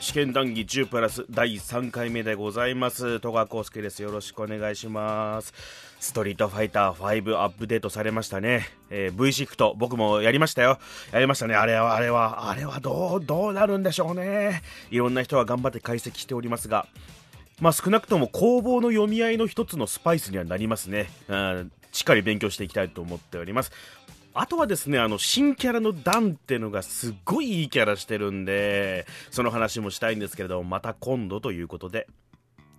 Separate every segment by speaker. Speaker 1: 試験談義10プラス第3回目でございます戸川浩介ですよろしくお願いしますストリートファイター5アップデートされましたね、えー、V シフト僕もやりましたよやりましたねあれはあれはあれはどうどうなるんでしょうねいろんな人は頑張って解析しておりますがまあ少なくとも攻防の読み合いの一つのスパイスにはなりますね、うん、しっかり勉強していきたいと思っておりますあとはですね、あの、新キャラのダンってのがすごいいいキャラしてるんで、その話もしたいんですけれども、また今度ということで。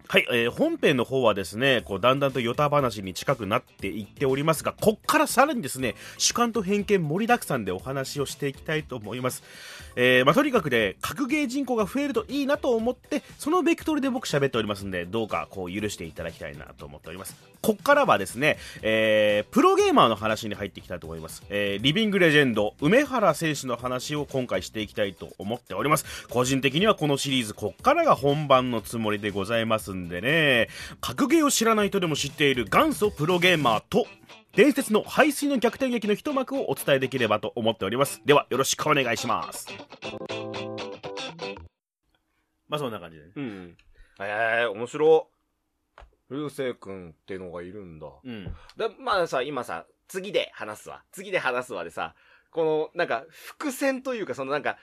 Speaker 1: はい、えー、本編の方はですね、こう、だんだんとヨタ話に近くなっていっておりますが、こっからさらにですね、主観と偏見盛りだくさんでお話をしていきたいと思います。えー、まあ、とにかくね、格ゲー人口が増えるといいなと思って、そのベクトルで僕喋っておりますんで、どうかこう、許していただきたいなと思っております。こっからはですね、えー、プロゲーマーの話に入っていきたいと思います。えー、リビングレジェンド、梅原選手の話を今回していきたいと思っております。個人的にはこのシリーズ、こっからが本番のつもりでございますんでね、格ゲーを知らない人でも知っている元祖プロゲーマーと、伝説の排水の逆転劇の一幕をお伝えできればと思っております。では、よろしくお願いします。まあ、そんな感じでね。
Speaker 2: うん。ええ面白。流星くんっていうのがいるんだ。
Speaker 1: うん。
Speaker 2: で、まあさ、今さ、次で話すわ。次で話すわでさ、この、なんか、伏線というか、そのなんか、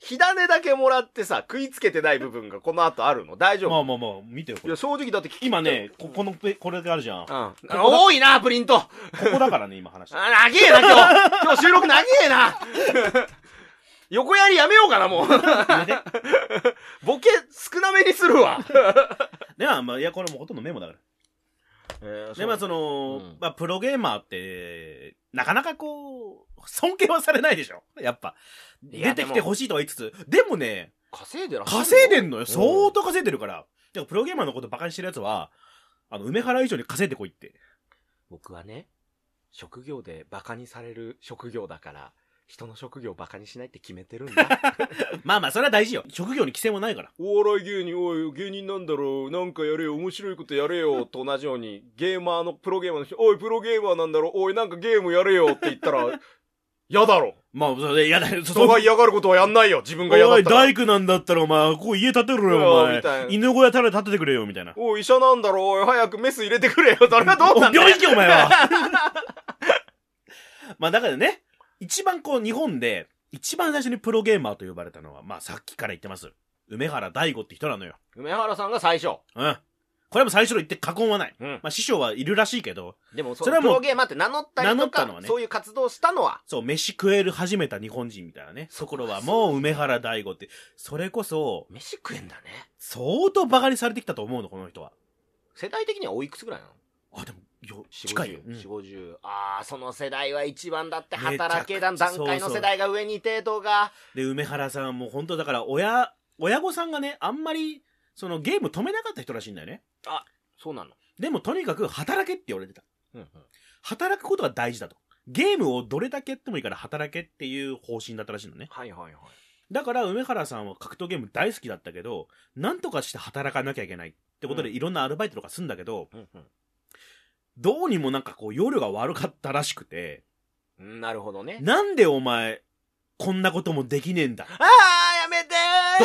Speaker 2: 火種だけもらってさ、食いつけてない部分がこの後あるの大丈夫、
Speaker 1: まあまあまあ、見てよ、こ
Speaker 2: いや、
Speaker 1: れ。
Speaker 2: 正直だって聞き
Speaker 1: 今ね、ここのペ、これがあるじゃん。
Speaker 2: う
Speaker 1: こ
Speaker 2: ん。多いな、プリント
Speaker 1: こだからね、今 話して。
Speaker 2: あ、長えな、今日。今日収録長えな。 横やりやめようかな、もう。
Speaker 1: やめて
Speaker 2: ボケ少なめにするわ。
Speaker 1: では、まあ、いや、これもうほとんどメモだから。で、まあ、その、
Speaker 2: うん
Speaker 1: まあ、プロゲーマーって、なかなかこう、尊敬はされないでしょやっぱ。
Speaker 2: いや
Speaker 1: 出てきてほしいとは言いつつ、でもね、
Speaker 2: 稼いでらっしゃる
Speaker 1: 稼いでんのよ。相当稼いでるから。だからプロゲーマーのことバカにしてる奴は、あの、梅原以上に稼いでこいって。
Speaker 2: 僕はね、職業でバカにされる職業だから、人の職業をバカにしないって決めてるんだ。
Speaker 1: まあまあ、それは大事よ。職業に規制もないから。
Speaker 2: お笑い芸人、おい、芸人なんだろう、なんかやれよ、面白いことやれよ、と同じように、ゲーマーの、プロゲーマーの人、おい、プロゲーマーなんだろう、おい、なんかゲームやれよって言ったら、嫌だろ。
Speaker 1: まあ、それ、いやだよ。そ
Speaker 2: 人が嫌がることはやんないよ、自分が嫌だ
Speaker 1: お
Speaker 2: っ
Speaker 1: い、
Speaker 2: たら
Speaker 1: 大。工なんだったらお前、ここ家建てろよ、お
Speaker 2: うわみたい
Speaker 1: 前。
Speaker 2: な
Speaker 1: 犬小屋たら建ててくれよ、みたいな。
Speaker 2: おい、医者なんだろう、おい、早くメス入れてくれよ、誰がどうなんだよ
Speaker 1: 病院行けお前は まあだからね、一番こう日本で、一番最初にプロゲーマーと呼ばれたのは、まあさっきから言ってます。梅原大吾って人なのよ。
Speaker 2: 梅原さんが最初。
Speaker 1: うん。これも最初の言って過言はない。
Speaker 2: うん。
Speaker 1: まあ師匠はいるらしいけど、
Speaker 2: でも、そ
Speaker 1: それは
Speaker 2: のプ
Speaker 1: もう
Speaker 2: ロゲーマーって名乗ったり
Speaker 1: 名乗
Speaker 2: と
Speaker 1: った
Speaker 2: か、
Speaker 1: のはね
Speaker 2: そういう活動をしたのは、
Speaker 1: そう、飯食える始めた日本人みたいなね、ところは
Speaker 2: そう
Speaker 1: もう梅原大吾って、それこそ、
Speaker 2: 飯食えんだね。
Speaker 1: 相当バカにされてきたと思うの、この人は。
Speaker 2: 世代的にはおいくつぐらいなの
Speaker 1: あ、でも、よ、
Speaker 2: 40
Speaker 1: 近いよ。うん
Speaker 2: 40、50。ああ、その世代は一番だって働け
Speaker 1: め
Speaker 2: 段
Speaker 1: ちゃくちゃ
Speaker 2: 段階の世代が上にいてとか。
Speaker 1: で、梅原さんはもう本当だから、親、親御さんがね、あんまり、そのゲーム止めなかった人らしいんだよね。
Speaker 2: そうなの。
Speaker 1: でもとにかく働けって言われてた。
Speaker 2: うんうん。
Speaker 1: 働くことが大事だと。ゲームをどれだけやってもいいから働けっていう方針だったらしいのね。
Speaker 2: はいはいはい。
Speaker 1: だから梅原さんは格闘ゲーム大好きだったけど、なんとかして働かなきゃいけないってことで
Speaker 2: う
Speaker 1: いろんなアルバイトとかすんだけど、
Speaker 2: うんうん
Speaker 1: どうにもなんかこう夜が悪かったらしくて、
Speaker 2: うん。なるほどね。
Speaker 1: なんでお前、こんなこともできねえんだ
Speaker 2: ああ、やめてー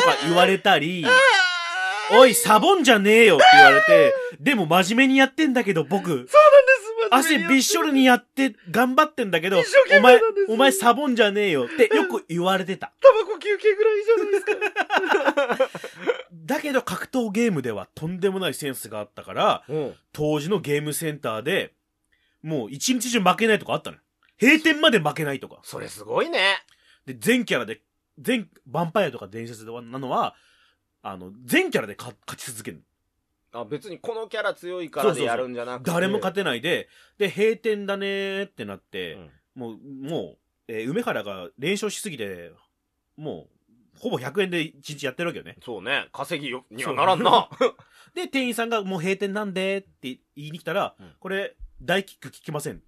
Speaker 1: とか言われた り、
Speaker 2: あー
Speaker 1: おい、サボんじゃねえよって言われて、でも真面目にやってんだけど僕、
Speaker 2: そうなんです
Speaker 1: 汗びっしょりにやって頑張ってんだけど
Speaker 2: 一生、懸
Speaker 1: お
Speaker 2: 命な
Speaker 1: 前
Speaker 2: んです、
Speaker 1: お前サボんじゃねえよってよく言われてた。
Speaker 2: タバコ休憩ぐらいじゃないですか。
Speaker 1: だけど格闘ゲームではとんでもないセンスがあったから、
Speaker 2: うん。
Speaker 1: 当時のゲームセンターで、もう一日中負けないとかあったのよ。閉店まで負けないとか。
Speaker 2: それすごいね。
Speaker 1: で、全キャラで、全、ヴァンパイアとか伝説なのは、あの、全キャラで勝勝ち続けるの。
Speaker 2: あ、別にこのキャラ強いからでやるんじゃなくて。
Speaker 1: 誰も勝
Speaker 2: て、
Speaker 1: てないで、で、閉店だねーってなって、
Speaker 2: うん
Speaker 1: もう、もう、えー梅原が連勝しすぎて、もう、ほぼ100円で1日やってるわけよね。
Speaker 2: そうね。稼ぎよにはな らんな。
Speaker 1: で、店員さんがもう閉店なんでって言いに来たら、
Speaker 2: うん
Speaker 1: これ、大キック効きません。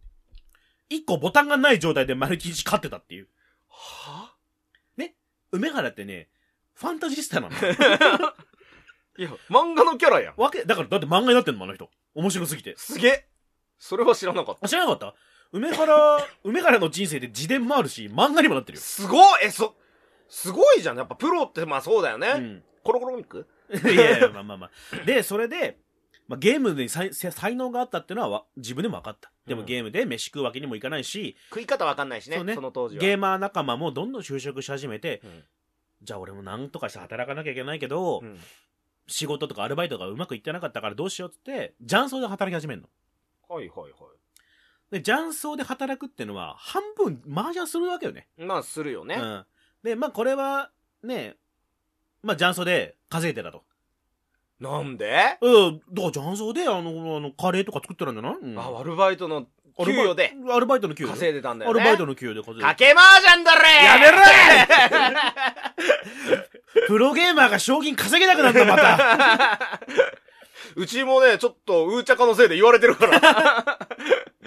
Speaker 1: 1個ボタンがない状態で丸1日勝ってたっていう。
Speaker 2: は
Speaker 1: 梅原ってね、ファンタジスタな の。
Speaker 2: いや、漫画のキャラやん。
Speaker 1: わけ、だからだって漫画になってんの、あの人。面白すぎて。
Speaker 2: すげえそれは知らなかっ
Speaker 1: あ知らなかった梅原、梅原の人生で自伝もあるし、漫画にもなって
Speaker 2: た。
Speaker 1: るよ。
Speaker 2: すごいえ、そ、すごいじゃん。やっぱプロってまあそうだよね。
Speaker 1: うん
Speaker 2: コロコロコミック
Speaker 1: いやいや、まあまあまあ。で、それで、まあ、ゲームに才才能があったっていうのはわ自分でも分かった。でも
Speaker 2: うん
Speaker 1: ゲームで飯食うわけにもいかないし、
Speaker 2: 食い方わかんないしね、
Speaker 1: そう
Speaker 2: そ
Speaker 1: ね
Speaker 2: の当時は。
Speaker 1: ゲーマー仲間もどんどん就職し始めて、
Speaker 2: うん
Speaker 1: じゃあ俺もなんとかして働かなきゃいけないけど、
Speaker 2: うん
Speaker 1: 仕事とかアルバイトがうまくいってなかったからどうしようってって、雀荘で働き始めるの。
Speaker 2: はいはいは
Speaker 1: で、雀荘で働くっていうのは、半分麻雀するわけよね。
Speaker 2: い。まあ、するよね。
Speaker 1: うん。で、まあこれは、ね、まあ雀荘で稼いでたと。
Speaker 2: なんで、
Speaker 1: うん、だから雀荘で、あの、あのカレーとか作ってたんじゃない、うん
Speaker 2: あ、アルバイトの
Speaker 1: ア
Speaker 2: 給
Speaker 1: ルバイ
Speaker 2: 与で
Speaker 1: アルバイトの給与
Speaker 2: 稼いでたんだ
Speaker 1: ア
Speaker 2: よね。
Speaker 1: ルバイトの給与で稼いで
Speaker 2: かけまーじゃんだれ
Speaker 1: やめろ
Speaker 2: ろ
Speaker 1: プロゲーマーが賞金稼げなくなったまた
Speaker 2: うちもね、ちょっと、うーちゃかのせいで言われてるから。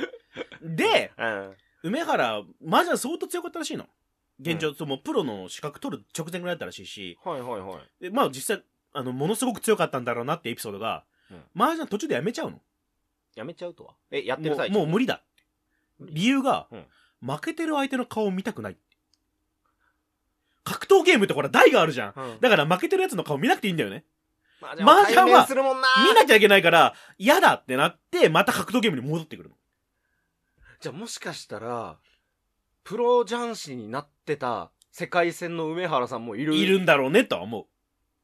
Speaker 1: で
Speaker 2: うん。
Speaker 1: 梅原マジで相当強かったらしいの現状、そうもうプロの資格取る直前ぐらいだったらしいし
Speaker 2: はいはいはい。
Speaker 1: でまあ実際あのものすごく強かったんだろうなってエピソードが、
Speaker 2: うん
Speaker 1: マージャン途中でやめちゃうの
Speaker 2: やめちゃうとは。え、やって
Speaker 1: も
Speaker 2: る最
Speaker 1: う
Speaker 2: 中。
Speaker 1: もう無理だ理由が、
Speaker 2: うん
Speaker 1: 負けてる相手の顔を見たくない格闘ゲームってほら台があるじゃん
Speaker 2: うん、
Speaker 1: だから負けてるやつの顔見なくていいんだよね
Speaker 2: マ
Speaker 1: 麻雀は
Speaker 2: 対面するもんな
Speaker 1: 見なきゃいけないから嫌だってなってまた格闘ゲームに戻ってくるの
Speaker 2: じゃあもしかしたら、プロ雀士になってた世界戦の梅原さんもいる。
Speaker 1: いるんだろうねとは思う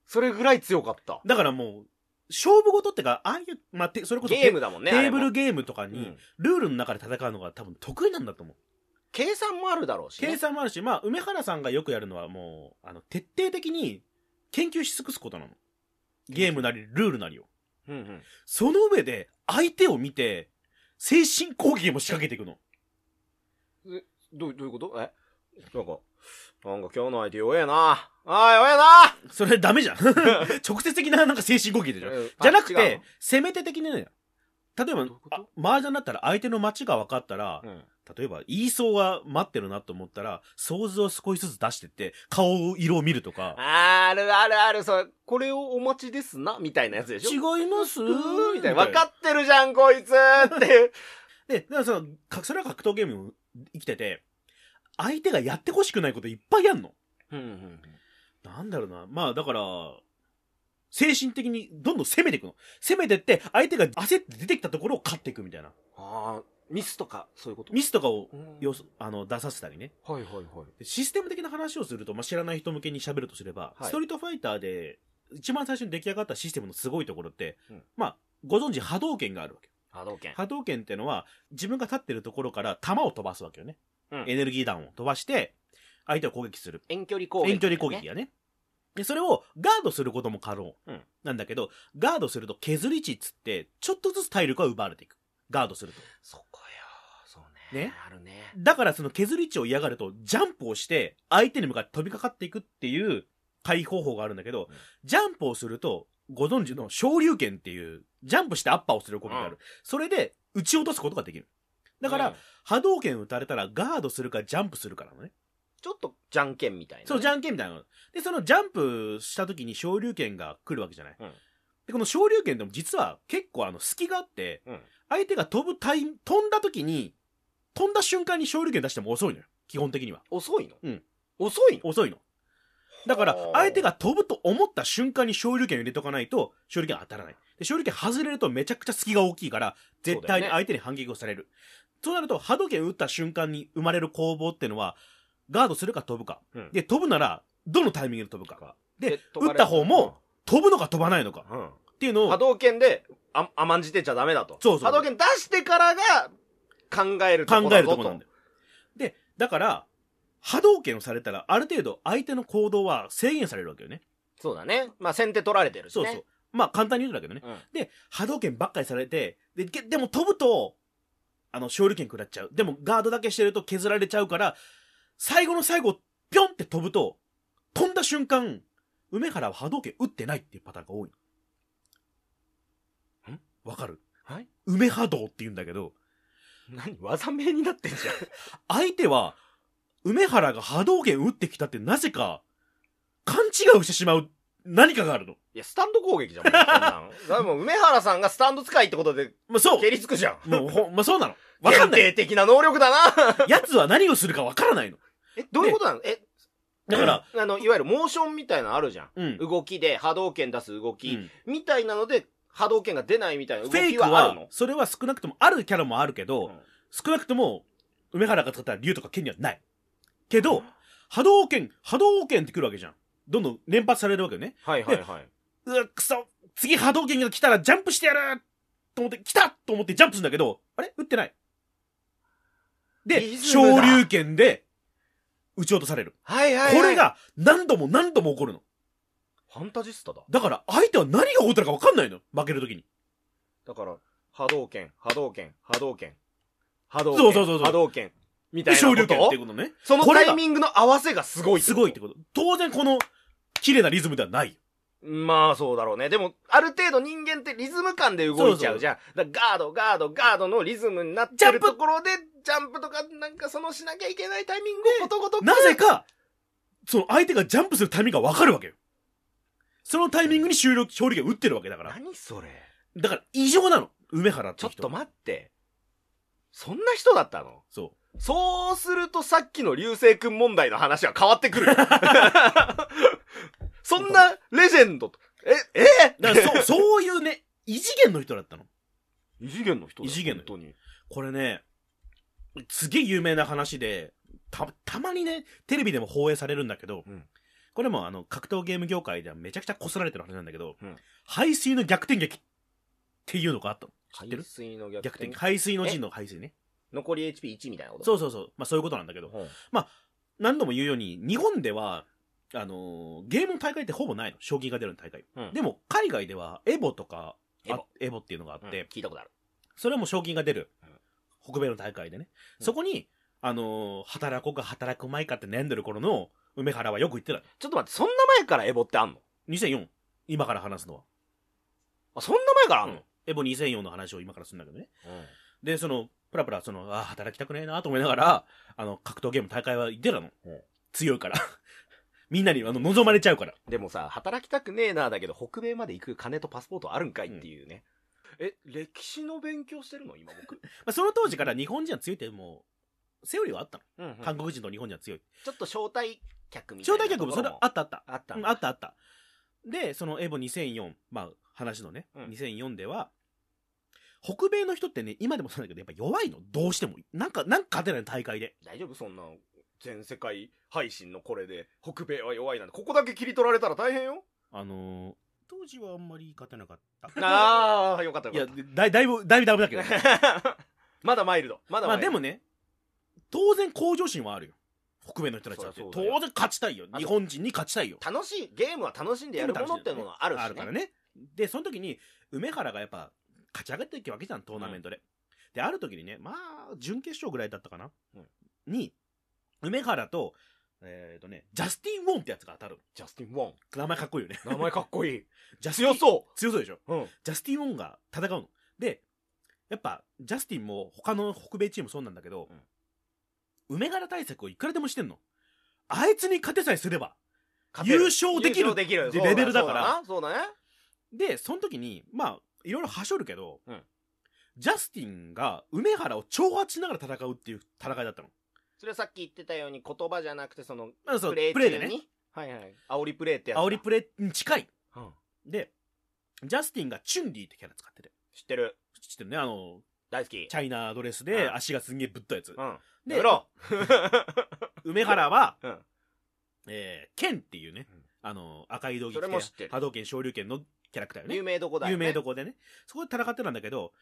Speaker 2: それぐらい強かった。
Speaker 1: だからもう、勝負事ってか、ああいう、まあ、てそれこそ
Speaker 2: ゲームだもんね。
Speaker 1: テテーブル
Speaker 2: ゲ
Speaker 1: ゲームとか
Speaker 2: ーム、う
Speaker 1: に
Speaker 2: ん、
Speaker 1: ルールの中で戦うのが多分得意なんだと思う。
Speaker 2: 計算もあるだろうし、ね。
Speaker 1: 計算もあるし、まあ、梅原さんがよくやるのはもう、あの、徹底的に研究し尽くすことなの。ゲームなり、ルールなりを。
Speaker 2: うんうん。
Speaker 1: その上で、相手を見て、精神攻撃も仕掛けていくの。
Speaker 2: どう、どういうことえなんか、なんか今日の相手弱えな。ああ、弱えな
Speaker 1: それダメじゃ ん。直接的ななんか精神攻撃でしょ。
Speaker 2: え
Speaker 1: じゃなく
Speaker 2: あ違う
Speaker 1: て、攻め手的にね、例えば
Speaker 2: どういうこ、と
Speaker 1: あ麻雀だったら相手の待ちが分かったら、
Speaker 2: のうん
Speaker 1: 例えば、言いそうが待ってるなと思ったら、想像を少しずつ出してって、顔色を見るとか、
Speaker 2: あるあるある、そう、これをお待ちですな、みたいなやつでしょ
Speaker 1: 違います
Speaker 2: うーみたいな。
Speaker 1: 分
Speaker 2: 分かってるじゃん、こいつっていう。
Speaker 1: で、だからその、かそれは格闘ゲーム生きてて、相手がやってほしくないこといっぱいやんの。
Speaker 2: うんうんうん。
Speaker 1: なんだろうな。まあ、だから、精神的にどんどん攻めていくの。攻めてって、相手が焦って出てきたところを勝っていくみたいな。
Speaker 2: ああ、ミスとか、そういうこと
Speaker 1: ミスとかを、
Speaker 2: うん
Speaker 1: よそあの、出させたりね。
Speaker 2: はいはいはい。
Speaker 1: でシステム的な話をすると、まあ、知らない人向けに喋るとすれば、
Speaker 2: はい
Speaker 1: ストリートファイターで一番最初に出来上がったシステムのすごいところって、
Speaker 2: うん
Speaker 1: まあ、ご存知波動拳があるわけ。
Speaker 2: 波動拳。
Speaker 1: 波動拳っていうのは、自分が立ってるところから弾を飛ばすわけよね。
Speaker 2: うん
Speaker 1: エネルギー弾を飛ばして、相手を攻撃する。
Speaker 2: 遠距離攻撃、
Speaker 1: 遠距離攻撃。やね。で、それをガードすることも可能
Speaker 2: うん
Speaker 1: なんだけど、ガードすると削り値っつって、ちょっとずつ体力が奪われていく。ガードすると。
Speaker 2: そこよ。そうね。
Speaker 1: ね
Speaker 2: あるね。
Speaker 1: だからその削り値を嫌がると、ジャンプをして、相手に向かって飛びかかっていくっていう回避方法があるんだけど
Speaker 2: うん、
Speaker 1: ジャンプをすると、ご存知の昇竜拳っていう、ジャンプしてアッパーをすることがある。それで、撃ち落とすことができる。だから、
Speaker 2: うん
Speaker 1: 波動拳打たれたら、ガードするかジャンプするからのね。
Speaker 2: ちょっと、じゃんけんみたいな、
Speaker 1: そう、じ
Speaker 2: ゃん。
Speaker 1: ゃんけんみたいなの。で、そのジャンプした時に昇竜拳が来るわけじゃない。
Speaker 2: うん
Speaker 1: で、この昇竜拳でも実は結構あの、隙があって、
Speaker 2: うん。
Speaker 1: 相手が飛ぶタイム、飛んだ時に、飛んだ瞬間に昇竜拳出しても遅いのよ。基本的には。
Speaker 2: 遅いの
Speaker 1: うん。
Speaker 2: 遅いの
Speaker 1: 遅いの。だから
Speaker 2: ほう、
Speaker 1: 相手が飛ぶと思った瞬間に昇竜拳を入れとかないと、昇竜拳当たらない。で、昇竜拳外れるとめちゃくちゃ隙が大きいから、絶
Speaker 2: そうだ
Speaker 1: 対
Speaker 2: よ
Speaker 1: に
Speaker 2: ね
Speaker 1: 相手に反撃をされる。そう,、なると、波動拳打った瞬間に生まれる攻防ってのは、ガードするか飛ぶか。
Speaker 2: うん
Speaker 1: で、飛ぶなら、どのタイミングで飛ぶか。で、
Speaker 2: 飛
Speaker 1: 打っ
Speaker 2: ばれる
Speaker 1: た方も、、飛ぶのか飛ばないのか。
Speaker 2: うん。
Speaker 1: っていうの
Speaker 2: 波
Speaker 1: を、
Speaker 2: 動拳で、あ、甘んじてちゃダメだと。
Speaker 1: そうそう
Speaker 2: 波動拳出してからが、考えるとこ
Speaker 1: 考
Speaker 2: だ
Speaker 1: え
Speaker 2: ぞ
Speaker 1: るとこなんだよ。で、だから、波動拳をされたら、ある程度相手の行動は制限されるわけよね。
Speaker 2: そうだね。まあ、先手取られてるし
Speaker 1: そ
Speaker 2: ね。
Speaker 1: うそう。まあ、簡単に言うとだけどね。
Speaker 2: うん。
Speaker 1: で、波動拳ばっかりされて、で、けでも飛ぶと、あの、勝利拳食らっちゃう。でも、ガードだけしてると削られちゃうから、最後の最後、ぴょんって飛ぶと、飛んだ瞬間、梅原は波動拳打ってないっていうパターンが多い。
Speaker 2: ん
Speaker 1: わかる
Speaker 2: はい
Speaker 1: 梅波動って言うんだけど、
Speaker 2: 何技名になってんじゃん。
Speaker 1: 相手は、梅原が波動拳打ってきたってなぜか、勘違いをしてしまう何かがあるの。
Speaker 2: いや、スタンド攻撃じゃん。もうそんなんだからもう梅原さんがスタンド使いってことで、
Speaker 1: まあ、そう
Speaker 2: 蹴りつくじゃん。
Speaker 1: もうほん、まあ、そうなの。わかんない。
Speaker 2: 限定的な能力だな。
Speaker 1: 奴は何をするかわからないの。
Speaker 2: え、どういうことなのえ、
Speaker 1: だから、
Speaker 2: あの、いわゆるモーションみたいなのあるじゃん。
Speaker 1: うん。
Speaker 2: 動きで波動拳出す動
Speaker 1: う
Speaker 2: き、
Speaker 1: ん
Speaker 2: みたいなので波動拳が出ないみたいな動
Speaker 1: フェイ
Speaker 2: き
Speaker 1: ク
Speaker 2: はある
Speaker 1: は
Speaker 2: の、
Speaker 1: それは少なくとも、あるキャラもあるけど、
Speaker 2: うん
Speaker 1: 少なくとも、梅原が使った竜とか剣にはない。けど、波動拳、波動拳って来るわけじゃん。どんどん連発されるわけよね。
Speaker 2: はいはいはい。
Speaker 1: うわ、くそ、次波動拳が来たらジャンプしてやると思って、来たと思ってジャンプするんだけど、あれ打ってない。で、
Speaker 2: リズム
Speaker 1: 昇
Speaker 2: だ
Speaker 1: 竜拳で、撃ち落とされる。
Speaker 2: はいはい、はい。
Speaker 1: これ、が、何度も何度も起こるの。
Speaker 2: ファンタジスタだ。
Speaker 1: だから、相手は何が起こったか分かんないの。負けるときに。
Speaker 2: だから、波動拳、波動拳、波動拳。波動拳、
Speaker 1: そうそうそうそう
Speaker 2: 波動拳。みたい
Speaker 1: で、
Speaker 2: なこと。
Speaker 1: 昇竜拳っていうことね。
Speaker 2: その
Speaker 1: こ
Speaker 2: タ
Speaker 1: れが
Speaker 2: イミングの合わせがすごい。
Speaker 1: すごいってこと。当然、この、綺麗なリズムではないよ。
Speaker 2: まあそうだろうね。でも、ある程度人間ってリズム感で動いちゃうじゃん。だからガード、ガード、ガードのリズムになって
Speaker 1: ジャン
Speaker 2: る
Speaker 1: プ
Speaker 2: ところで、ジャンプとか、なんかそのしなきゃいけないタイミングをことごとく。
Speaker 1: なぜか、その相手がジャンプするタイミングがわかるわけよ。そのタイミングに終了、勝利が打ってるわけだから。
Speaker 2: 何それ。
Speaker 1: だから異常なの。梅原って
Speaker 2: ちょ
Speaker 1: 人。
Speaker 2: っと待って。そんな人だったの
Speaker 1: そ
Speaker 2: そうするとさっきの流星くん問題の話は変わってくる よ。そんなレジェンドと。え、え
Speaker 1: う。だからそ、そう いうね、異次元の人だったの。
Speaker 2: 異次元の人
Speaker 1: だよ異次元の
Speaker 2: 本当に。
Speaker 1: これね、すげえ有名な話で、た、たまにね、テレビでも放映されるんだけど、
Speaker 2: うん
Speaker 1: これもあの、格闘ゲーム業界ではめちゃくちゃこすられてる話なんだけど、
Speaker 2: うん
Speaker 1: 排水の逆転劇っていうのがあったの。知ってる
Speaker 2: 海水の逆
Speaker 1: 逆
Speaker 2: 転
Speaker 1: 転。。排水の陣の排水ね。
Speaker 2: 残り HP1 みたいなこと
Speaker 1: そうそうそう。まあそういうことなんだけど。
Speaker 2: うん
Speaker 1: 何度も言うように、日本では、あのーゲームの大会ってほぼないの。賞金が出る大会。
Speaker 2: うん
Speaker 1: でも、海外では、エボとか、あ
Speaker 2: エボ
Speaker 1: エボっていうのがあっ
Speaker 2: うん
Speaker 1: て、
Speaker 2: 聞いたことある。
Speaker 1: それはもう賞金が出る
Speaker 2: うん。
Speaker 1: 北米の大会でね。
Speaker 2: うん
Speaker 1: そこに、あのー働こうか働くまいかって悩んでる頃の、梅原はよく言ってた。
Speaker 2: ちょっと待って、そんな前からエボってあんの
Speaker 1: 2004。今から話すのは。
Speaker 2: あ、そんな前からあんの、
Speaker 1: エボ2004の話を今からするんだけどね。で、その、プラプラ、その、あー働きたくねえなと思いながら、あの、格闘ゲーム大会は行ってたの
Speaker 2: うん。
Speaker 1: 強いから。 みんなに、あの、望まれちゃうから。
Speaker 2: でもさ、働きたくねえなだけど、北米まで行く金とパスポートあるんかいっていうね。え、歴史の勉強してるの今僕。
Speaker 1: まあ、その当時から日本人は強いってもう、セオリーはあったの。
Speaker 2: うんうん
Speaker 1: 韓国人と日本人は強い。
Speaker 2: ちょっと招待客みた
Speaker 1: 招
Speaker 2: いな
Speaker 1: 待客も
Speaker 2: ところも。
Speaker 1: それはあったあった。
Speaker 2: あった
Speaker 1: うんん
Speaker 2: だ。
Speaker 1: あったあった。で、そのエボ2004、まあ話のね、
Speaker 2: うん
Speaker 1: 2004では、北米の人ってね、今でもそうだけど、やっぱ弱いの。どうしても。なんか、なんか勝てないの大会で。
Speaker 2: 大丈夫そんなの全世界配信のこれで、北米は弱いなんて、ここだけ切り取られたら大変 よ。
Speaker 1: あのー当時はあんまり勝てなかった。
Speaker 2: ああ、よかっ た
Speaker 1: いや
Speaker 2: よかっ、
Speaker 1: だいだいぶ、だいぶダメだけどね、
Speaker 2: た。 まだマイルド。まだ
Speaker 1: ま
Speaker 2: マイ
Speaker 1: あ
Speaker 2: ル
Speaker 1: で
Speaker 2: ド。
Speaker 1: もね、当然向上心はあるよ。北米の人たちだって。
Speaker 2: そりゃ
Speaker 1: 当
Speaker 2: そうだよ
Speaker 1: 然勝ちたいよ。日本人に勝ちたいよ。
Speaker 2: 楽しい、ゲームは楽しんでやるものってものはあるし、ね。
Speaker 1: あるからね。で、その時に、梅原がやっぱ、勝ち上がっていくわけじゃん、トーナメントで。で、ある時にね、まあ、準決勝ぐらいだったかな。
Speaker 2: うん
Speaker 1: に、梅原と、えっ、とね、ジャスティン・ウォンってやつが当たる。
Speaker 2: ジャスティン・ウォン。
Speaker 1: 名前かっこいいよね。
Speaker 2: 名前かっこいい。
Speaker 1: ジャスティン
Speaker 2: 強そ
Speaker 1: 強そうでしょ。
Speaker 2: う。うん。
Speaker 1: ジャスティン・ウォンが戦うの。で、やっぱ、ジャスティンも他の北米チームそうなんだけど、
Speaker 2: うん
Speaker 1: 梅原対策をいくらでもしてんの。あいつに勝てさえすれば。
Speaker 2: 勝てる
Speaker 1: 優勝できる
Speaker 2: 優勝できる。
Speaker 1: でレベルだから
Speaker 2: そうだな。そうだね。
Speaker 1: で、その時に、まあ、いろいろはしょるけど、
Speaker 2: うん
Speaker 1: ジャスティンが梅原を挑発しながら戦うっていう戦いだったの。
Speaker 2: それはさっき言ってたように言葉じゃなくて、その、
Speaker 1: まあ、そう
Speaker 2: プレイ
Speaker 1: プレイ
Speaker 2: 中
Speaker 1: でね。
Speaker 2: に。はいはい。煽りプレイってやつだ。
Speaker 1: 煽りプレイに近い。
Speaker 2: うん
Speaker 1: で、ジャスティンがチュンリーってキャラ使ってて。
Speaker 2: 知ってる。
Speaker 1: 知ってるね、あの、
Speaker 2: 大好
Speaker 1: チ。
Speaker 2: き
Speaker 1: ャイナドレスで
Speaker 2: うん
Speaker 1: 足がすんげえぶったやつ
Speaker 2: う。ん。や
Speaker 1: で
Speaker 2: め、ろ。
Speaker 1: 梅原は、
Speaker 2: うん。
Speaker 1: えー、ケンっていうね
Speaker 2: うん、
Speaker 1: あの、赤い道着
Speaker 2: それも知ってる
Speaker 1: 波動拳、昇竜拳のキャラクターよね
Speaker 2: 有。名どこだよ
Speaker 1: 有
Speaker 2: ね
Speaker 1: 名どこでね。そこで戦ってたんだけど、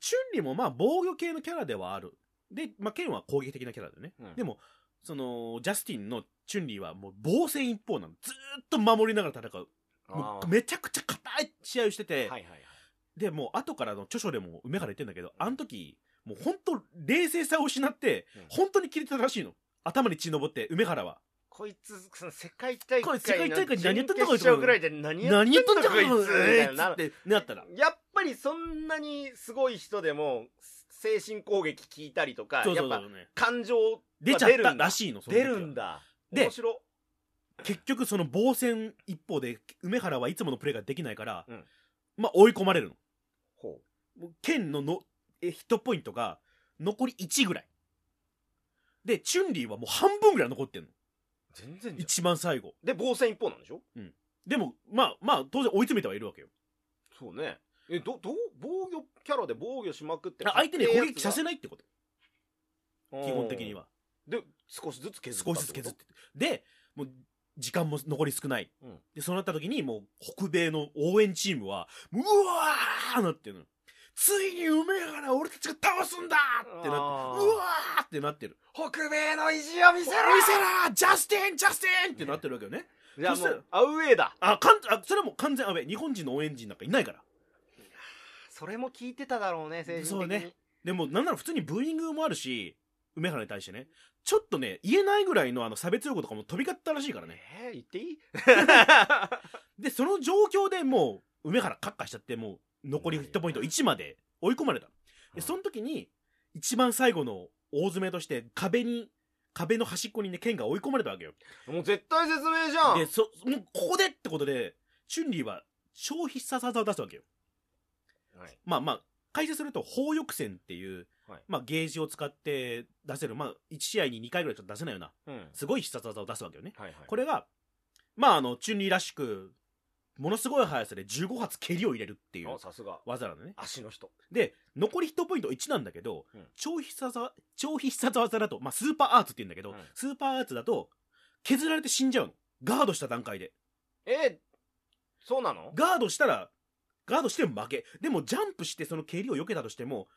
Speaker 1: チュンリーもまあ防御系のキャラではある。で、まあ、ケンは攻撃的なキャラだよね。
Speaker 2: うん
Speaker 1: でも、その、ジャスティンのチュンリーはもう防戦一方なの。ずーっと守りながら戦う。も
Speaker 2: あ
Speaker 1: う
Speaker 2: ー
Speaker 1: めちゃくちゃ硬い試合をしてて、
Speaker 2: はいはいはい。
Speaker 1: で、もう後からの著書でも梅原言ってんだけど、あの時、もう本当冷静さを失って
Speaker 2: うん、
Speaker 1: 本当に切れてたらしいの。頭に血昇って、梅原は。
Speaker 2: こいつ、その世界大
Speaker 1: こ
Speaker 2: 会
Speaker 1: いつ世界大会何やってんだこいつ
Speaker 2: 準決勝ぐらいで何やって
Speaker 1: 何
Speaker 2: ん
Speaker 1: 言
Speaker 2: だ
Speaker 1: っとんじゃん
Speaker 2: こいつみたい
Speaker 1: つ
Speaker 2: な
Speaker 1: っ。てなったら。
Speaker 2: やっぱりそんなにすごい人でも、精神攻撃聞いたりとか、
Speaker 1: そう
Speaker 2: や
Speaker 1: そ
Speaker 2: っ
Speaker 1: うそ
Speaker 2: ぱ
Speaker 1: う、ね。
Speaker 2: 感情
Speaker 1: 出ちゃったらしいの、その時
Speaker 2: 出
Speaker 1: は
Speaker 2: るんだ。
Speaker 1: で
Speaker 2: 面白。
Speaker 1: 結局その防戦一方で梅原はいつものプレーができないから、
Speaker 2: うん
Speaker 1: まあ追い込まれるの
Speaker 2: ほう。
Speaker 1: もう剣ののえヒットポイントが残り1ぐらいでチュンリーはもう半分ぐらい残ってんの
Speaker 2: 全然じゃ
Speaker 1: 一番最後
Speaker 2: ん。で、防戦一方なんでしょ
Speaker 1: でもまあまあ当然追い詰めてはいるわけよ
Speaker 2: そうね。え、ど、どう、防御キャラで防御しまくって
Speaker 1: あ相手に攻撃させ
Speaker 2: ない。
Speaker 1: ないってこと
Speaker 2: うん
Speaker 1: 基本的に。は
Speaker 2: で、少しずつ削った
Speaker 1: 少しずつ削ってでもう時間も残り少ない、
Speaker 2: うん
Speaker 1: でそうなった時にもう北米の応援チームはもううわーなってるのついにうめえから俺たちが倒すんだってなってう
Speaker 2: あ
Speaker 1: わ
Speaker 2: ー
Speaker 1: ーってなってる
Speaker 2: 北米の意地を見せろ
Speaker 1: 見せろジャスティンジャスティンってなってるわけよね
Speaker 2: じゃあ
Speaker 1: そ
Speaker 2: も
Speaker 1: したら
Speaker 2: う、アウェーだ。
Speaker 1: あかんあそれはもう完全アウェイ日本人の応援人なんかいないから
Speaker 2: それも聞いてただろうね、精神的に。
Speaker 1: そうね。でもなんなら普通にブーイングもあるし梅原に対してねちょっとね言えないぐらいのあの差別用語とかも飛び交ったらしいからね
Speaker 2: えー、言っていい
Speaker 1: で、その状況でもう、梅原カッカしちゃって、もう、残りヒットポイント1まで追い込まれた。で、その時に、一番最後の大詰めとして、壁に、壁の端っこにね、剣が追い込まれたわけよ。
Speaker 2: もう絶対説明じゃ
Speaker 1: で、
Speaker 2: ん
Speaker 1: そ、もう、ここでってことで、チュンリーは、超必殺技を出すわけよ。
Speaker 2: はい
Speaker 1: まあまあ、解説すると、砲翼戦っていう、
Speaker 2: はい
Speaker 1: まあ、ゲージを使って出せる、まあ、1試合に2回ぐらいしか出せないような、
Speaker 2: うん。
Speaker 1: すごい必殺技を出すわけよね。
Speaker 2: はいはい。
Speaker 1: これが、まあ、あの、チュンリーらしく、ものすごい速さで15発蹴りを入れるっていう
Speaker 2: あ、さすが。
Speaker 1: 技なのね。
Speaker 2: 足の人。
Speaker 1: で、残りヒットポイント1なんだけど、
Speaker 2: うん
Speaker 1: 超必殺技、超必殺技だと、まあ、スーパーアーツって言うんだけど、
Speaker 2: うん
Speaker 1: スーパーアーツだと、削られて死んじゃうの。ガードした段階で。
Speaker 2: えー、そうなの
Speaker 1: ガードしたら、ガードしても負け。でも、ジャンプしてその蹴りを避けたとしても、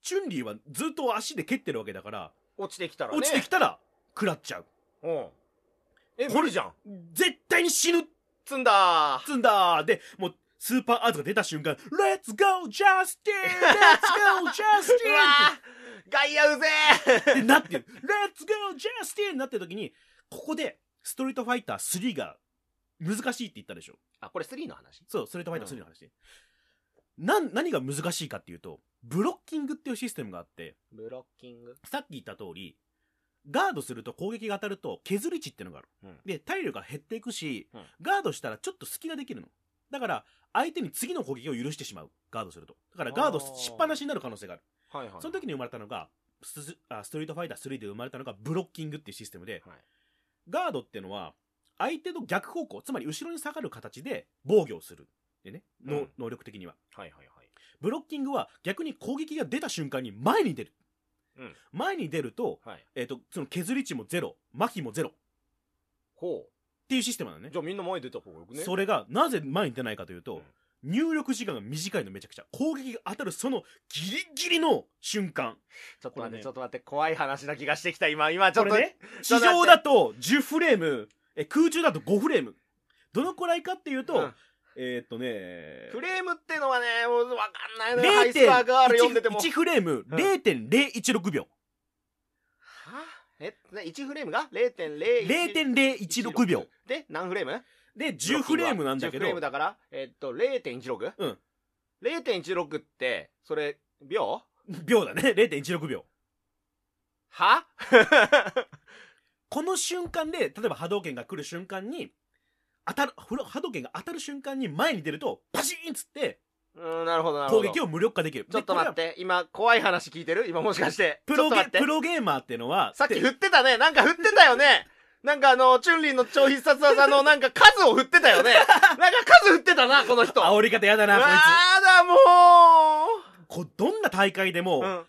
Speaker 1: チュンリーはずっと足で蹴ってるわけだから、
Speaker 2: 落ちてきたらね。
Speaker 1: 落ちてきたら、食らっちゃう。
Speaker 2: うん。え、無理じゃん。
Speaker 1: 絶対に死ぬ
Speaker 2: 積んだー
Speaker 1: つんだで、もう、スーパーアーツが出た瞬間、Let's go, Justin! Let's go,
Speaker 2: うわ
Speaker 1: Justin!
Speaker 2: ー外野うぜー
Speaker 1: ってなってる。Let's go, Justin! なってる時に、ここで、ストリートファイター3が難しいって言ったでしょ。
Speaker 2: あ、これ3の話
Speaker 1: そう、ストリートファイター3の話、なん、何が難しいかっていうと、ブロッキングっていうシステムがあって、
Speaker 2: ブロッキング。
Speaker 1: さっき言った通り、ガードすると攻撃が当たると削り値ってのがある。
Speaker 2: うん
Speaker 1: で、体力が減っていくし、
Speaker 2: うん
Speaker 1: ガードしたらちょっと隙ができるの。だから、相手に次の攻撃を許してしまう。ガードすると。だから、ガード
Speaker 2: あー
Speaker 1: しっぱなしになる可能性がある。
Speaker 2: はいはい。
Speaker 1: その時に生まれたのが、スズあストリートファイター3で生まれたのがブロッキングっていうシステムで、
Speaker 2: はい
Speaker 1: ガードってのは、相手の逆方向、つまり後ろに下がる形で防御をする。でね、の
Speaker 2: うん
Speaker 1: 能力的には。
Speaker 2: はいはいはい。
Speaker 1: ブロッキングは逆に攻撃が出た瞬間に前に出る。
Speaker 2: うん
Speaker 1: 前に出ると、
Speaker 2: はい。
Speaker 1: えっ、と、その削り値もゼロ、麻痺もゼロっ
Speaker 2: ほ
Speaker 1: ていうシステムなの
Speaker 2: う。
Speaker 1: ね
Speaker 2: じ。ゃあみんな前出た方がよくね
Speaker 1: それが、なぜ前に出ないかというと、入力時間が短いのめちゃくちゃ。攻撃が当たるそのギリギリの瞬間。
Speaker 2: ちょっと
Speaker 1: これ
Speaker 2: 待って、
Speaker 1: ね
Speaker 2: ちょっと待って、怖い話な気がしてきた、今、今、ちょ
Speaker 1: こ
Speaker 2: っ
Speaker 1: れ
Speaker 2: と。
Speaker 1: ね、
Speaker 2: ちょ
Speaker 1: 地
Speaker 2: っと待って
Speaker 1: 上だと10フレーム、え空中だと5フレーム。どのくらいかっていうと、
Speaker 2: うん
Speaker 1: えーっとね、
Speaker 2: フレームってのはね、もう分かんないのよ。ハイスターガール読んでても。
Speaker 1: 0.1フレーム
Speaker 2: うん
Speaker 1: 0.016秒。
Speaker 2: はえ、ね、1フレームが ?0.016
Speaker 1: 0.016秒。。
Speaker 2: で、何フレーム
Speaker 1: で、10フレームなんだけ
Speaker 2: 10フ
Speaker 1: ど
Speaker 2: レー、ムだから、えっと、0.16?
Speaker 1: うん。
Speaker 2: 0.16って、それ、秒
Speaker 1: 秒だね。0.16秒。
Speaker 2: は
Speaker 1: この瞬間で、例えば波動拳が来る瞬間に、当たる、ふら波動拳が当たる瞬間に前に出ると、パシーンっつって、
Speaker 2: うん、なるほど、なるほ
Speaker 1: 攻
Speaker 2: ど。
Speaker 1: 撃を無力化できる。
Speaker 2: ちょっと待っ
Speaker 1: で。
Speaker 2: て、今、怖い話聞いてる今もしかして。
Speaker 1: これはプロ
Speaker 2: ちょっと待
Speaker 1: ゲ、
Speaker 2: って
Speaker 1: プロゲーマーってのは、
Speaker 2: さっき振
Speaker 1: で
Speaker 2: ってたね。なんか振ってたよね。なんかあの、チュンリーの超必殺 技のなんか数を振ってたよね。なんか数振ってたな、この人。うわ
Speaker 1: 煽り方やだな、こい
Speaker 2: ーだ、も
Speaker 1: つ。こうどんな大会でも、
Speaker 2: う。うん。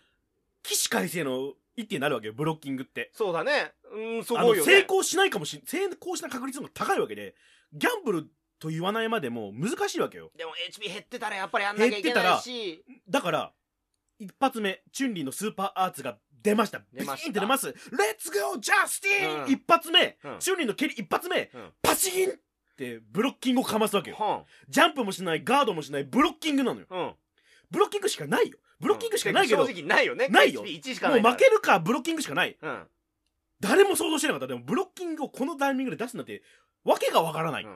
Speaker 1: 起死回生の一手になるわけよ、ブロッキングって。
Speaker 2: そうだね。うん、す
Speaker 1: あ
Speaker 2: ご
Speaker 1: の、
Speaker 2: いよね。
Speaker 1: 成功しないかもしん、成功しない確率の方が高いわけで、ギャンブルと言わないまでも難しいわけよ。
Speaker 2: でも HP 減ってたらやっぱりやんなきゃいけないし。
Speaker 1: だから、一発目、チュンリーのスーパーアーツが出ました。
Speaker 2: 出ました
Speaker 1: ビキンって出ます。レッツゴージャスティン、
Speaker 2: うん
Speaker 1: 一発目、
Speaker 2: うん
Speaker 1: チュンリーの蹴り一発目、
Speaker 2: うん
Speaker 1: パシーンってブロッキングをかますわけよ。
Speaker 2: はん。
Speaker 1: ジャンプもしない、ガードもしない、ブロッキングなのよ。
Speaker 2: うん。
Speaker 1: ブロッキングしかないよ。ブロッキングしかないけど、
Speaker 2: 正直ないよね。
Speaker 1: ないよ
Speaker 2: HP1 しか
Speaker 1: も
Speaker 2: な
Speaker 1: う
Speaker 2: いから。
Speaker 1: 負けるかブロッキングしかない。
Speaker 2: うん。うん。
Speaker 1: 誰も想像してなかった。でもブロッキングをこのタイミングで出すなんて、わけがわからない。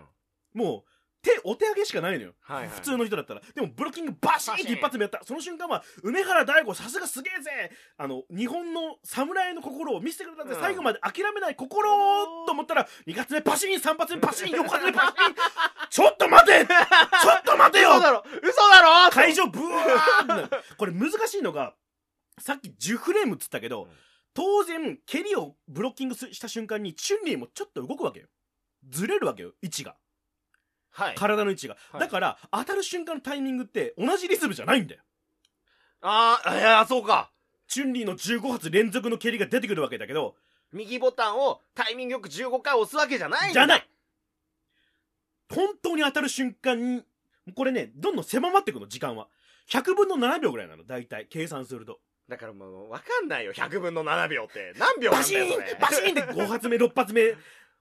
Speaker 1: もう、手、お手上げしかないのよ。
Speaker 2: はいはい
Speaker 1: 普通の人だったら。でも、ブロッキングバシーンって一発目やった。その瞬間は、梅原大吾、さすがすげえぜあの、日本の侍の心を見せてくれたぜ、
Speaker 2: うん
Speaker 1: 最後まで諦めない心をと思ったら、2発目パシーン、3発目パシーン、4発目パシーンちょっと待てちょっと待てよ
Speaker 2: 嘘だろ嘘だろ
Speaker 1: 会場ブワーってなるこれ難しいのが、さっき10フレームっつったけど、
Speaker 2: うん
Speaker 1: 当然、蹴りをブロッキングすした瞬間に、チュンリーもちょっと動くわけよ。ずれるわけよ、位置が。
Speaker 2: はい。
Speaker 1: 体の位置が。
Speaker 2: はい
Speaker 1: だから、当たる瞬間のタイミングって、同じリズムじゃないんだよ。
Speaker 2: ああ、いや、そうか。
Speaker 1: チュンリーの15発連続の蹴りが出てくるわけだけど、
Speaker 2: 右ボタンをタイミングよく15回押すわけじゃないんだ
Speaker 1: じゃない本当に当たる瞬間に、これね、どんどん狭まってくの、時間は。100分の7秒ぐらいなの、大体、計算すると。
Speaker 2: だからもう、わかんないよ。100分の7秒って。何秒な
Speaker 1: バ
Speaker 2: ん
Speaker 1: シ
Speaker 2: だ
Speaker 1: ー
Speaker 2: よ、そ
Speaker 1: ン
Speaker 2: れ。
Speaker 1: バシーンで5発目、6発目、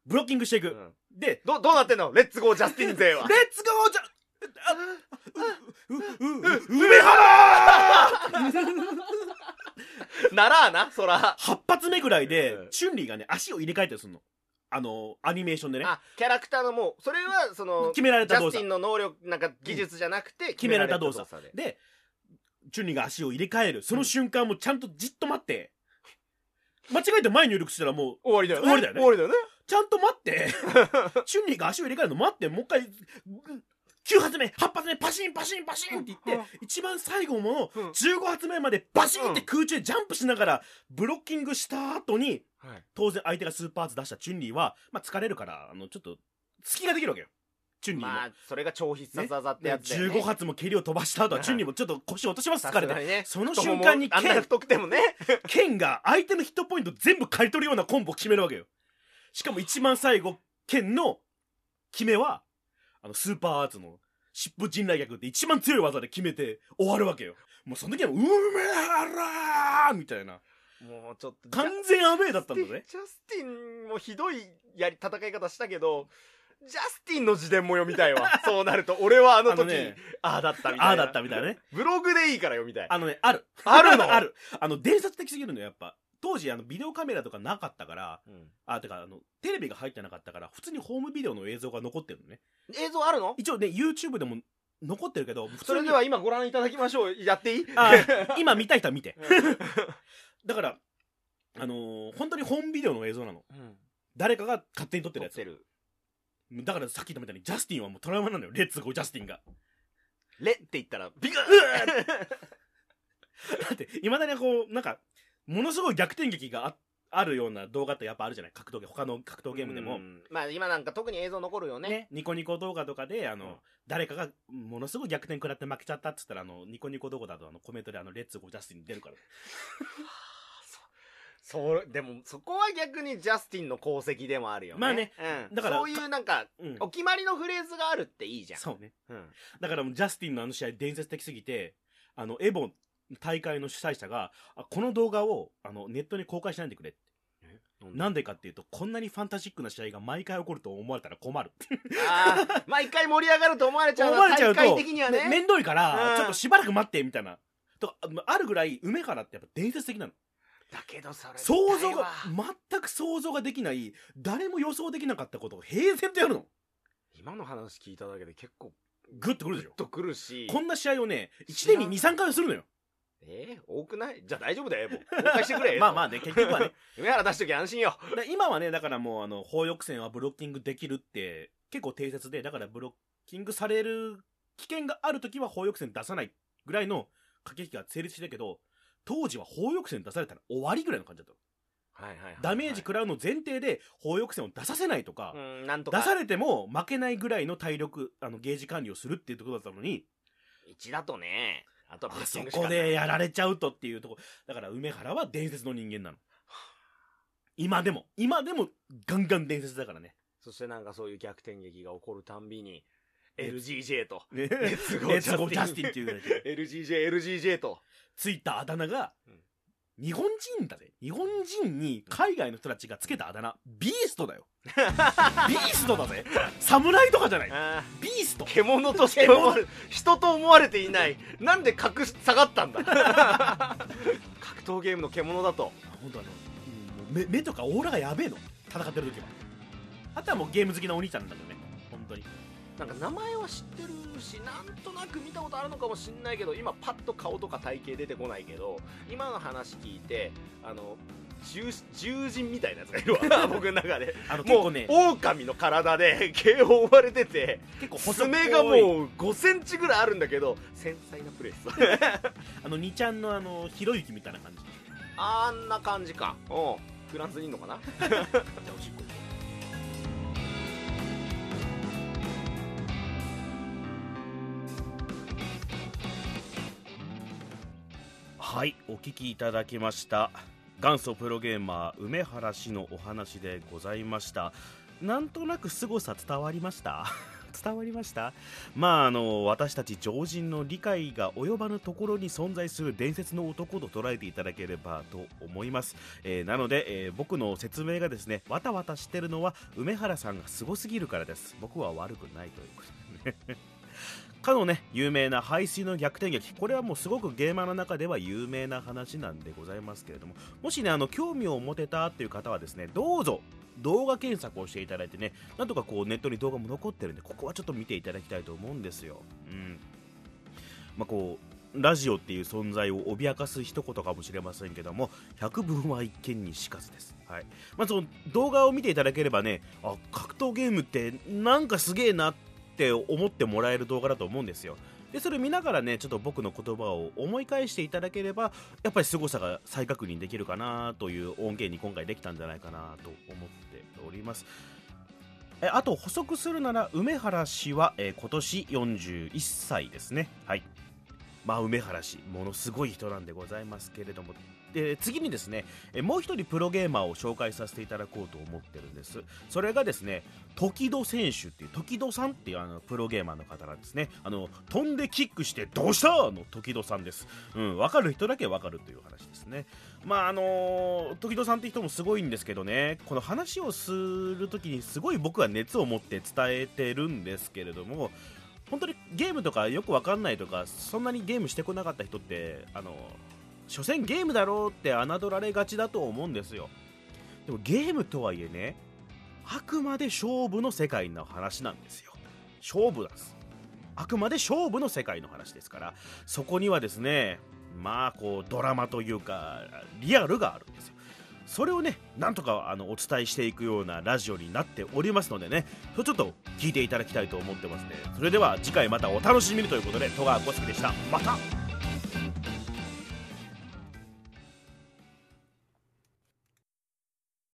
Speaker 1: ブロッキングしていく。
Speaker 2: うん
Speaker 1: で、
Speaker 2: ど、どうなってんのレッツゴージャスティン勢
Speaker 1: レッ
Speaker 2: は。
Speaker 1: ツゴーじゃ、う、う、 う、
Speaker 2: 梅原ならあな、そら。
Speaker 1: 8発目ぐらいで
Speaker 2: うん、
Speaker 1: チュンリーがね、足を入れ替えたりするの。あの、アニメーションでね。
Speaker 2: あ、キャラクターのもう、それは、その、
Speaker 1: 決められ
Speaker 2: ジ
Speaker 1: た
Speaker 2: ャ
Speaker 1: 動
Speaker 2: スティ
Speaker 1: 作
Speaker 2: ン。の能力、なんか技術じゃなくて、
Speaker 1: 決められた動作
Speaker 2: 決められた動
Speaker 1: で、チュンリーが足を入れ替える。その瞬間もちゃんとじっと待って、間違えて前入力したらもう、
Speaker 2: 終わりだよね。
Speaker 1: 終わりだよね
Speaker 2: 終わりだよね。
Speaker 1: ちゃんと待って、チュンリーが足を入れ替えるの待って、もう一回、9発目、8発目、パシンパシンパシンって言って、一番最後の
Speaker 2: うん
Speaker 1: 15発目までバシンって空中でジャンプしながら、ブロッキングした後に、
Speaker 2: はい
Speaker 1: 当然相手がスーパーズ出したチュンリーは、まあ疲れるから、あの、ちょっと、隙ができるわけよ。チュンリーも。
Speaker 2: まあ、それが超必殺技ってやつだよね。
Speaker 1: 15発も蹴りを飛ばした後は、チュンリーもちょっと腰を落とします、疲れ
Speaker 2: さすが
Speaker 1: て。
Speaker 2: にね。
Speaker 1: その瞬間に
Speaker 2: 太ももあんなに太くてもね。
Speaker 1: 剣が相手のヒットポイント全部刈り取るようなコンボを決めるわけよ。しかも一番最後、剣の決めは、あの、スーパーアーツの、疾風陣雷逆って一番強い技で決めて終わるわけよ。もうその時は、うめはらーみたいな。
Speaker 2: もうちょっと。
Speaker 1: 完全アウェーだったんだね。
Speaker 2: ジャスティンもひどいやり、戦い方したけど、ジャスティンの自伝も読みたい わ。そうなると、俺はあの
Speaker 1: あの
Speaker 2: 時、
Speaker 1: ね
Speaker 2: ああだったみたいな。
Speaker 1: ああだったみたいなね。
Speaker 2: ブログでいいから読みたい。
Speaker 1: あのね、ある。
Speaker 2: ある の
Speaker 1: ある。あの、伝説的すぎるのよ、やっぱ。当時、あの、ビデオカメラとかなかったから、
Speaker 2: うん
Speaker 1: あ、てか、あの、テレビが入ってなかったから、普通にホームビデオの映像が残ってるのね。
Speaker 2: 映像あるの
Speaker 1: 一応ね、YouTube でも残ってるけど、普
Speaker 2: それ
Speaker 1: に
Speaker 2: では今ご覧いただきましょう。やっていい
Speaker 1: あ今見たい人は見て。だから、あのー本当にホームビデオの映像なの。
Speaker 2: うん
Speaker 1: 誰かが勝手に撮ってる
Speaker 2: 撮っ
Speaker 1: や
Speaker 2: て
Speaker 1: つ。
Speaker 2: る。
Speaker 1: だからさっき言ったみたいに、ジャスティンはもうトラウマなのよ。レッツゴージャスティンが。
Speaker 2: レって言ったら、ビクッ
Speaker 1: だって、いまだにこう、なんか、ものすごい逆転劇がああるような動画ってやっぱあるじゃない格闘ゲーム、他の格 闘ゲームでも。
Speaker 2: うんまあ今なんか特に映像残るよね。
Speaker 1: ね、ニコニコ動画とかで、あの、
Speaker 2: うん
Speaker 1: 誰かがものすごい逆転食らって負けちゃったっつったら、あの、ニコニコ動画だとあの、コメントであの、レッツゴージャスティン出るから。
Speaker 2: そう、でもそこは逆にジャスティンの功績でもあるよね。
Speaker 1: まあね。
Speaker 2: うん。
Speaker 1: だから
Speaker 2: そういうなんか、
Speaker 1: うん。
Speaker 2: お決まりのフレーズがあるっていいじゃん。
Speaker 1: そうね。
Speaker 2: うん。
Speaker 1: だからもうジャスティンのあの試合伝説的すぎて、あの、エボ大会の主催者が、あこの動画をあのネットに公開しないでくれって。なんでかっていうと、こんなにファンタジックな試合が毎回起こると思われたら困る。
Speaker 2: ああ、毎回盛り上がると思われちゃう
Speaker 1: 思われ
Speaker 2: な、
Speaker 1: ちゃう
Speaker 2: 大
Speaker 1: と
Speaker 2: 会的には
Speaker 1: ね、
Speaker 2: ね。
Speaker 1: 面倒いから、
Speaker 2: うん
Speaker 1: ちょっとしばらく待って、みたいな。とか、ああるぐらい、梅原ってやっぱ伝説的なの。
Speaker 2: だけどそれ。
Speaker 1: 想像
Speaker 2: 痛い
Speaker 1: が
Speaker 2: わ、
Speaker 1: 全く想像ができない、誰も予想できなかったことを平然とやるの。
Speaker 2: 今の話聞いただけで結構、
Speaker 1: グッとくるでしょ。
Speaker 2: とくるし。
Speaker 1: こんな試合をね、1年に2、3回はするの よ。
Speaker 2: えー、多くないじゃあ大丈夫だよ、もう。公開してく れ。
Speaker 1: まあまあ
Speaker 2: ね。
Speaker 1: ね、結局はね。
Speaker 2: 梅原出しとき安心よ。
Speaker 1: だ今はね、だからもう、あの、砲抑線はブロッキングできるって、結構定説で、だからブロッキングされる危険があるときは砲抑線出さないぐらいの駆け引きが成立してるけど、当時は砲抑線出されたら終わりぐらいの感じだった。
Speaker 2: はいはいはいはい
Speaker 1: ダメージ食らうの前提で砲抑線を出させないとか
Speaker 2: う、ん、なんとか。
Speaker 1: 出されても負けないぐらいの体力、あの、ゲージ管理をするっていうところだったのに、
Speaker 2: 1だとね、あとは
Speaker 1: あ
Speaker 2: ブロッキ
Speaker 1: そ
Speaker 2: ングしかな
Speaker 1: こ
Speaker 2: い
Speaker 1: でやられちゃうとっていうとこだから梅原は伝説の人間なの。今でも、今でもガンガン伝説だから ね。
Speaker 2: そしてなんかそういう逆転劇が起こるたんびに、
Speaker 1: ね
Speaker 2: LGJ と。
Speaker 1: ね
Speaker 2: レッツ
Speaker 1: レッツゴージャスティンって
Speaker 2: いう。
Speaker 1: いうぐらいで
Speaker 2: LGJ、LGJ と。
Speaker 1: ついたあだ名が
Speaker 2: うん、
Speaker 1: 日本人だぜ。日本人に海外の人たちがつけたあだ名、ビーストだよ。ビーストだぜ。侍とかじゃない。
Speaker 2: あ
Speaker 1: ビースト
Speaker 2: ー。獣として思われ、人と思われていない。なんで隠し、下がった んだ格闘ゲームの獣だと。
Speaker 1: あ本当はね、うんもう目目とかオーラがやべえの。戦ってる時は。あとはもうゲーム好きなお兄ちゃんなんだけどね。本当に。
Speaker 2: なんか名前は知ってるし、なんとなく見たことあるのかもしんないけど、今パッと顔とか体型出てこないけど、今の話聞いて、あの、獣獣人みたいなやつがいる わ、僕の中で。
Speaker 1: あの結
Speaker 2: も
Speaker 1: 構
Speaker 2: う、
Speaker 1: ね、
Speaker 2: 狼の体で毛を覆われてて、
Speaker 1: 結構細っぽ
Speaker 2: 爪
Speaker 1: い
Speaker 2: がもう5センチぐらいあるんだけど、繊細なプレイです。
Speaker 1: あの、2ちゃんのあの、ひろゆきみたいな感じ。
Speaker 2: あんな感じかうんフランスにいんのかな
Speaker 3: じゃあおしっこ行こ
Speaker 1: はいお聞きいただきました元祖プロゲーマー梅原氏のお話でございましたなんとなく凄さ伝わりました 伝わりましたまああの私たち常人の理解が及ばぬところに存在する伝説の男と捉えていただければと思います、えーなので、えー僕の説明がですねわたわたしてるのは梅原さんがすごすぎるからです僕は悪くないという ことかのね有名な排水の逆転劇これはもうすごくゲーマーの中では有名な話なんでございますけれどももしねあの興味を持てたっていう方はですねどうぞ動画検索をしていただいてねなんとかこうネットに動画も残ってるんでここはちょっと見ていただきたいと思うんですようんまあこうラジオっていう存在を脅かす一言かもしれませんけども百聞は一見にしかずですはいまあその動画を見ていただければねあ格闘ゲームってなんかすげえなってって思ってもらえる動画だと思うんですよでそれ見ながらねちょっと僕の言葉を思い返していただければやっぱり凄さが再確認できるかなという音源に今回できたんじゃないかなと思っておりますえあと補足するなら梅原氏は、えー今年41歳ですねはいまあ梅原氏ものすごい人なんでございますけれどもで次にですねえもう一人プロゲーマーを紹介させていただこうと思ってるんですそれがですね時戸選手っていう時戸さんっていうあのプロゲーマーの方なんですねあの飛んでキックしてどうしたの時戸さんですうん分かる人だけ分かるという話ですねまああのー時戸さんって人もすごいんですけどねこの話をする時にすごい僕は熱を持って伝えてるんですけれども本当にゲームとかよく分かんないとかそんなにゲームしてこなかった人ってあの所詮ゲームだろうって侮られがちだと思うんですよでもゲームとはいえねあくまで勝負の世界の話なんですよ勝負なんですあくまで勝負の世界の話ですからそこにはですねまあこうドラマというかリアルがあるんですよそれをねなんとかあのお伝えしていくようなラジオになっておりますのでねそれちょっと聞いていただきたいと思ってますねそれでは次回またお楽しみにということで戸川浩介でしたまた